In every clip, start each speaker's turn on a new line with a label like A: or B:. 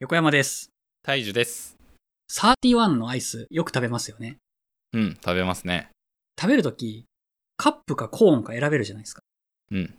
A: 横山です。
B: 大樹です。
A: 31のアイスよく食べますよね。
B: うん、食べますね。
A: 食べるとき、カップかコーンか選べるじゃないですか。
B: うん。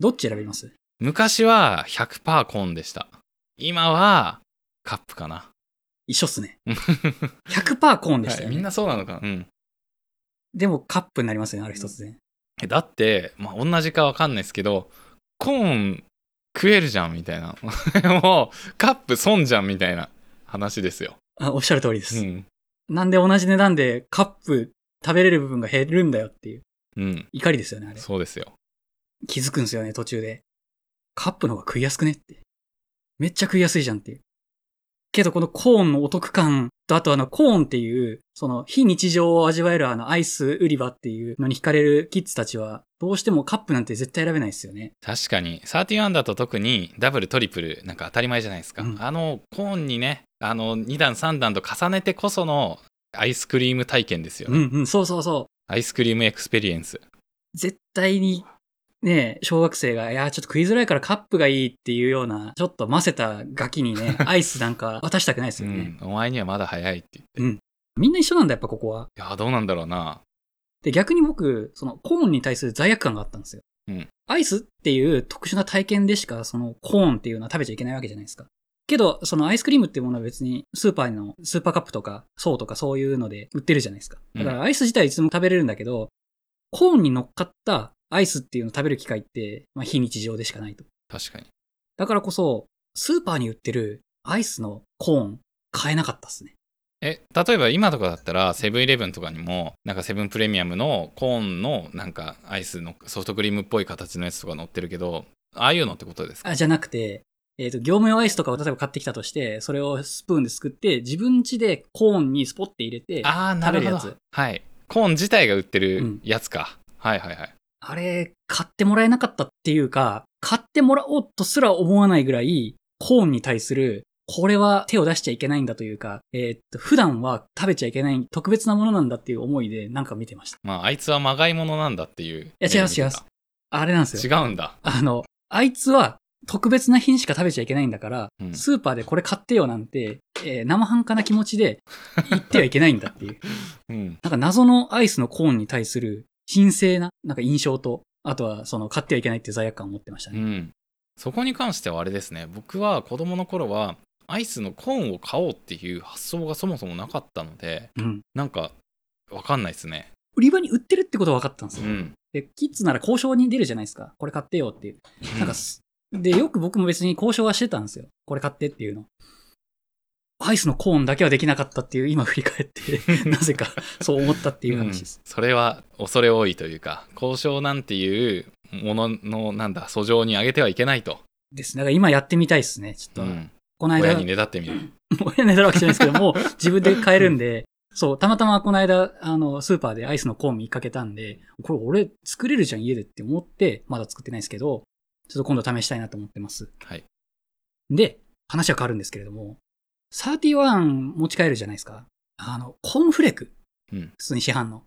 A: どっち選びます
B: 昔は100%コーンでした。今はカップかな。
A: 一緒っすね。100%コーンでしたよ
B: はいみ
A: ね。
B: んなそうなのかな。うん。
A: でもカップになりますよね、ある一つで。
B: えだって、まあ、同じかわかんないですけど、コーン食えるじゃんみたいな。 もう、カップ損じゃんみたいな話ですよ。
A: あおっしゃる通りで
B: う
A: す、
B: ん。
A: なんで同じ値段でカップ食べれる部分が減るんだよっていう
B: うん。
A: 怒りですよね、あれ。
B: そうですよ。
A: 気づくんですよね、途中で。カップの方が食いやすくねって。めっちゃ食いやすいじゃんっていう。けどこのコーンのお得感と、あとあのコーンっていう、その非日常を味わえるあのアイス売り場っていうのに惹かれるキッズたちは、どうしてもカップなんて絶対選べないですよね。
B: 確かに31だと特にダブルトリプルなんか当たり前じゃないですか、
A: うん
B: あのコーンにねあの2段3段と重ねてこそのアイスクリーム体験ですよね、
A: うんうん、そうそうそ
B: アイスクリームエクスペリエンス
A: う。絶対に、ね小学生が、いやー、ちょっと食いづらいからカップがいいっていうような、ちょっと混ぜたガキにね、アイスなんか渡したくないです
B: う
A: よね。
B: ん、お前にはまだ早いって言って、
A: うんみんな一緒なんだ、やっぱここは。
B: いやどうなんだろうな
A: で、逆に僕、そのコーンに対する罪悪感があったんですよ。
B: うん
A: アイスっていう特殊な体験でしか、そのコーンっていうのは食べちゃいけないわけじゃないですか。けど、そのアイスクリームっていうものは別にスーパーの、スーパーカップとか、そうとかそういうので売ってるじゃないですか。だからアイス自体いつでも食べれるんだけど、コーンに乗っかったアイスっていうのを食べる機会って、まあ非日常でしかないと。
B: 確かに
A: だからこそ、スーパーに売ってるアイスのコーン、買えなかったっすね。
B: え例えば今とかだったらセブンイレブンとかにもなんかセブンプレミアムのコーンのなんかアイスのソフトクリームっぽい形のやつとか載ってるけどああいうのってことですか
A: あ、じゃなくて、えっ、と、業務用アイスとかを例えば買ってきたとして、それをスプーンですくって、自分家でコーンにスポッて入れて、あ
B: ああなるほ
A: 食べる
B: ど
A: や
B: はいコーン自体が売って
A: う
B: る
A: ん
B: やつか、はいはいはい
A: れ、買ってもらえなかったっていうか、買ってもらおうとすら思わないぐらい、コーンに対する、これは手を出しちゃいけないんだというか、えっ、と、普段は食べちゃいけない特別なものなんだっていう思いでなんか見てました。
B: まあ、あいつはまがいものなんだっていう。い
A: や違います違います。あれなんです
B: 違
A: よ。
B: うんだ。
A: あの、あいつは特別な品しか食べちゃいけないんだから、
B: うん
A: スーパーでこれ買ってよなんて、えー生半可な気持ちで言ってはいけないんだっていう。
B: うん。
A: なんか謎のアイスのコーンに対する神聖な、なんか印象と、あとはその買ってはいけないっていう罪悪感を持ってました
B: う
A: ね。
B: ん。そこに関してはあれですね。僕は子供の頃は、アイスのコーンを買おうっていう発想がそもそもなかったので、
A: うん。
B: なんか、わかんないですね。
A: 売り場に売ってるってことは分かったんです
B: う
A: よ。
B: ん。
A: で、キッズなら交渉に出るじゃないですか。これ買ってよっていう。なんかす、で、よく僕も別に交渉はしてたんですよ。これ買ってっていうの。アイスのコーンだけはできなかったっていう、今振り返 って、なぜかそう思ったっていう話です。
B: うんそれは恐れ多いというか、交渉なんていうものの、なんだ、訴状にあげてはいけないと。
A: ですね。だから今やってみたいですね。ちょっと、
B: うん。
A: この間
B: 親に、ねだってみる。
A: 親にねだるわけじゃないですけども、自分で買えるんで、そう、たまたまこの間、あの、スーパーでアイスのコーン見かけたんで、これ俺作れるじゃん家でって思って、まだ作ってないですけど、ちょっと今度試したいなと思ってます。
B: はい。
A: で、話は変わるんですけれども、31持ち帰るじゃないですか。あの、コーンフレーク。
B: うん
A: 普通に市販の。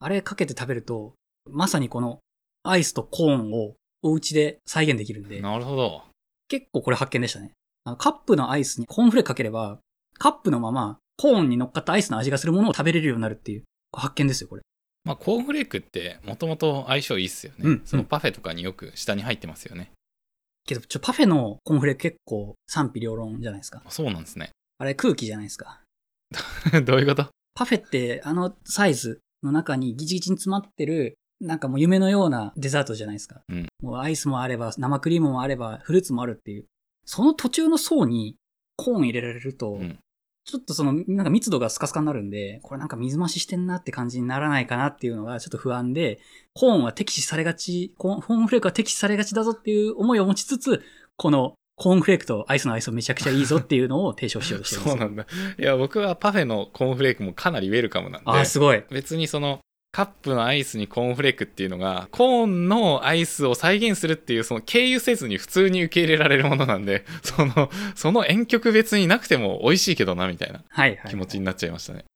A: あれかけて食べると、まさにこのアイスとコーンをお家で再現できるんで、
B: なるほど。
A: 結構これ発見でしたね。あのカップのアイスにコーンフレークかければ、カップのままコーンに乗っかったアイスの味がするものを食べれるようになるっていう発見ですよ、これ。
B: まあ、コーンフレークって、もともと相性いいっすよね。
A: うん
B: そのパフェとかによく下に入ってますよね。
A: けど、ちょ、パフェのコーンフレーク結構賛否両論じゃないですか。
B: そうなんですね。
A: あれ空気じゃないですか。
B: どういうこと
A: パフェってあのサイズの中にギチギチに詰まってる、なんかもう夢のようなデザートじゃないですか。
B: うん
A: もうアイスもあれば、生クリームもあれば、フルーツもあるっていう。その途中の層にコーン入れられると、
B: うん
A: ちょっとその、なんか密度がスカスカになるんで、これなんか水増ししてんなって感じにならないかなっていうのがちょっと不安で、コーンは敵視されがち、コーンコーンフレークは敵視されがちだぞっていう思いを持ちつつ、このコーンフレークとアイスのアイスをめちゃくちゃいいぞっていうのを提唱しようとしてるんで
B: そ
A: す
B: う
A: よ。
B: なんだ。いや、僕はパフェのコーンフレークもかなりウェルカムなんで、
A: ああ、すごい。
B: 別にそのカップのアイスにコーンフレークっていうのが、コーンのアイスを再現するっていう、その経由せずに普通に受け入れられるものなんで、 その、その遠曲別になくても美味しいけどな、みたいな
A: はい、はい。
B: 気持ちになっちゃいましたね。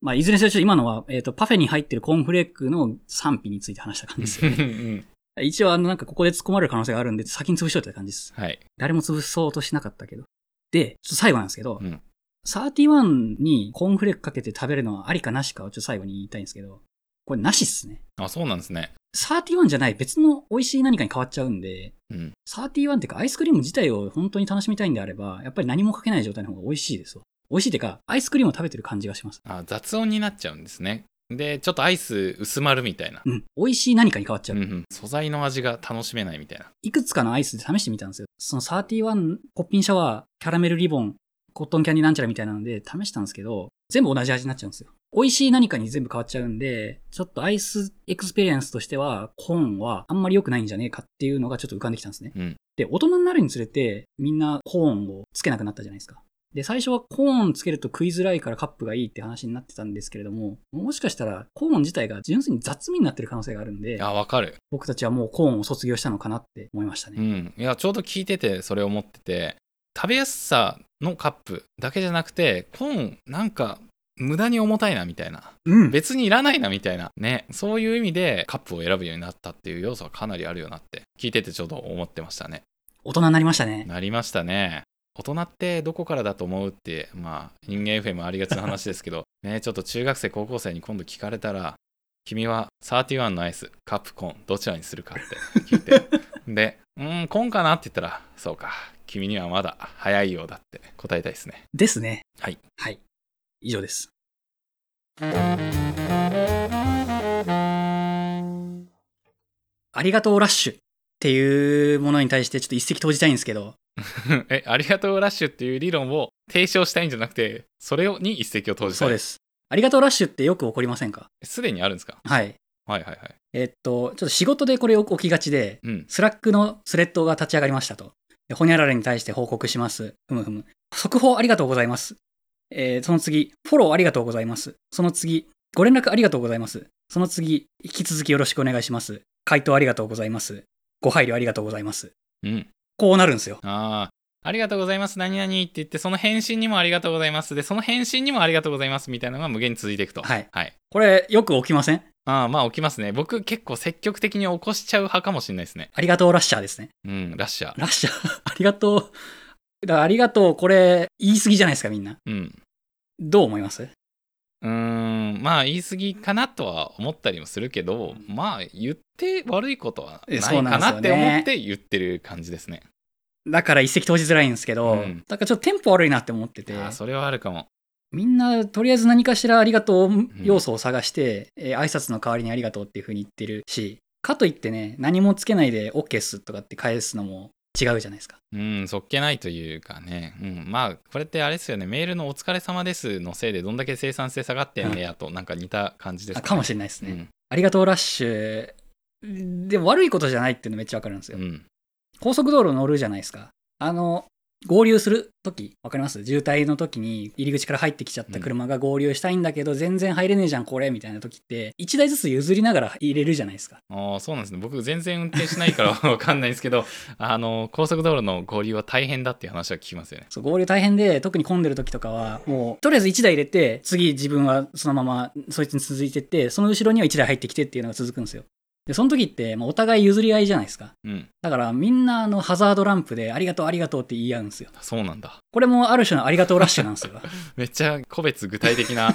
A: まあ、いずれにせよ、ちょっと今のは、えっ、と、パフェに入ってるコーンフレークの賛否について話した感じですよね。
B: うん
A: 一応、あの、なんかここで突っ込まれる可能性があるんで、先に潰しといた感じです。
B: はい。
A: 誰も潰そうとしなかったけど。で、ちょっと最後なんですけど、
B: うん
A: 31にコーンフレークかけて食べるのはありかなしかをちょっと最後に言いたいんですけど、これなしっすね。
B: あ、そうなんですね。
A: 31じゃない別の美味しい何かに変わっちゃうんで、
B: うん。
A: 31ってかアイスクリーム自体を本当に楽しみたいんであれば、やっぱり何もかけない状態の方が美味しいですわ。美味しいってか、アイスクリームを食べてる感じがします。
B: あ、雑音になっちゃうんですね。で、ちょっとアイス薄まるみたいな。
A: うん。美味しい何かに変わっちゃ
B: う
A: う。
B: んうん、素材の味が楽しめないみたいな。
A: いくつかのアイスで試してみたんですよ。その31、ポッピンシャワー、キャラメルリボン、コットンキャンディなんちゃらみたいなので試したんですけど、全部同じ味になっちゃうんですよ。美味しい何かに全部変わっちゃうんで、ちょっとアイスエクスペリエンスとしては、コーンはあんまり良くないんじゃねえかっていうのがちょっと浮かんできたんですね。
B: うん
A: で、大人になるにつれて、みんなコーンをつけなくなったじゃないですか。で、最初はコーンつけると食いづらいからカップがいいって話になってたんですけれども、もしかしたらコーン自体が純粋に雑味になってる可能性があるんで、
B: あ、わかる。
A: 僕たちはもうコーンを卒業したのかなって思いましたね
B: う。ん。いや、ちょうど聞いてて、それを思ってて、食べやすさのカップだけじゃなくて、コーン、なんか、無駄に重たいなみたいな。
A: うん。
B: 別にいらないなみたいな。ね。そういう意味で、カップを選ぶようになったっていう要素はかなりあるよなって、聞いててちょうど思ってましたね。
A: 大人になりましたね。
B: なりましたね。大人ってどこからだと思うって、まあ、人間 FM ありがちな話ですけど、 ね、ちょっと中学生、高校生に今度聞かれたら、君は31のアイス、カップコーン、どちらにするかって聞いて、 で、うーん、コーンかなって言ったら、そうか、君にはまだ早いようだって答えたいですね。
A: ですね。
B: はい。
A: はい。以上です。ありがとうラッシュっていうものに対してちょっと一石投じたいんですけど、
B: え、ありがとうラッシュっていう理論を提唱したいんじゃなくて、それをに一石を投じた
A: そ
B: い。。
A: うですす。ありがとうラッシュってよく起こりませんか
B: すでにあるんですか
A: はい。
B: はいはいはい。
A: えっと、ちょっと仕事でこれ起きがちで、
B: うん。
A: スラックのスレッドが立ち上がりましたと。でホニャララに対して報告します。ふむふむ。速報ありがとうございます。えーその次、フォローありがとうございます。その次、ご連絡ありがとうございます。その次、引き続きよろしくお願いします。回答ありがとうございます。ご配慮ありがとうございます。
B: うん。
A: こうなるんですよ。
B: ああ、ありがとうございます、何々って言って、その返信にもありがとうございます。で、その返信にもありがとうございますみたいなのが無限に続いていくと。
A: はい。
B: はい。
A: これ、よく起きません
B: ああ、まあ起きますね。僕結構積極的に起こしちゃう派かもしれないですね。
A: ありがとうラッシャーですね。
B: うん、ラッシャー。
A: ラッシャー、 ありがとう。だからありがとう、これ、言い過ぎじゃないですか、みんな。
B: うん。
A: どう思います
B: うーん、まあ言い過ぎかなとは思ったりもするけど、まあ言って悪いことはない
A: えそう
B: か
A: なんです
B: な
A: よ
B: っ
A: ね
B: て思って言ってる感じですね。
A: だから一石投じづらいんですけど、
B: うん
A: だからちょっとテンポ悪いなって思ってて。
B: ああ、それはあるかも。
A: みんな、とりあえず何かしらありがとう要素を探して、えー挨拶の代わりにありがとうっていう風に言ってるし、かといってね、何もつけないで OK っすとかって返すのも違うじゃないですか。
B: うん、そっけないというかね、うん、まあ、これってあれですよね、メールのお疲れ様ですのせいで、どんだけ生産性下がってんねやと、なんか似た感じです
A: あかも
B: し
A: しれないですね。
B: ね。
A: ありがとうラッシュ。でも悪いことじゃないっていうのめっちゃわかるんです
B: う
A: よ。
B: ん、うん
A: 高速道路乗るじゃないですか。あの、合流するとき、わかります渋滞のときに入り口から入ってきちゃった車が合流したいんだけど、全然入れねえじゃん、これ、みたいなときって、1台ずつ譲りながら入れるじゃないですか。
B: あーそうなんですね僕全然運転しないから わかんないんですけどあの高速道路の合流は大変だっていう話は聞きますよね
A: そう合流大変で特に混んでる時とかはもうとりあえず1台入れて次自分はそのままそいつに続いてってその後ろには1台入ってきてっていうのが続くんですよでその時って、まあ、お互い譲り合いじゃないですか
B: うん
A: だからみんなあのハザードランプでありがとうありがとうって言い合うんですよ
B: そうなんだ
A: これもある種のありがとうラッシュなんですよ
B: めっちゃ個別具体的 な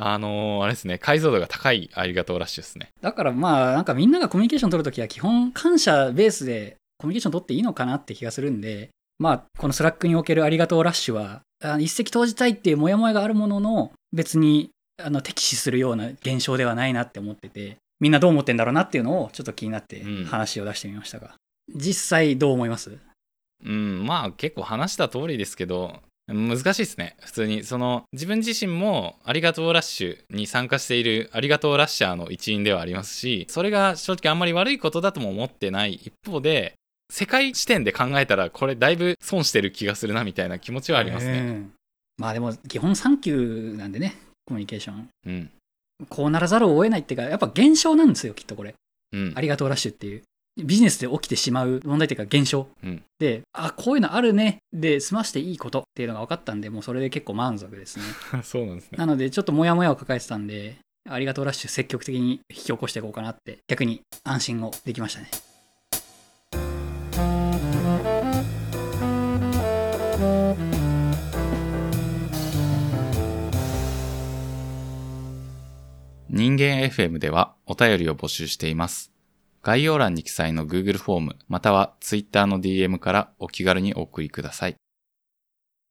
B: あのーあれですね解像度が高いありがとうラッシュですね
A: だからまあなんかみんながコミュニケーション取るときは基本感謝ベースでコミュニケーション取っていいのかなって気がするんでまあこのスラックにおけるありがとうラッシュはあ一石投じたいっていうモヤモヤがあるものの別にあの敵視するような現象ではないなって思っててみんなどう思ってんだろうなっていうのをちょっと気になって
B: うん
A: 話を出してみましたが、実際どう思います
B: うんまあ結構話した通りですけど難しいですね普通にその自分自身もありがとうラッシュに参加しているありがとうラッシャーの一員ではありますしそれが正直あんまり悪いことだとも思ってない一方で世界視点で考えたらこれだいぶ損してる気がするなみたいな気持ちはあります
A: う
B: ね
A: んまあでも基本サンキューなんでねコミュニケーション
B: うん
A: こうならざるを得ないっていうかやっぱ現象なんですよきっとこれ
B: うん
A: ありがとうラッシュっていう、ビジネスで起きてしまう問題というか現象、
B: うん
A: で、あ、こういうのあるね、で、済ましていいことっていうのが分かったんで、もうそれで結構満足 ですね。
B: そうなんですね
A: なので、ちょっとモヤモヤを抱えてたんで、ありがとうラッシュ積極的に引き起こしていこうかなって、逆に安心をできましたね。
B: 人間 FM ではお便りを募集しています。概要欄に記載の Google フォームまたは Twitter の DM からお気軽にお送りください。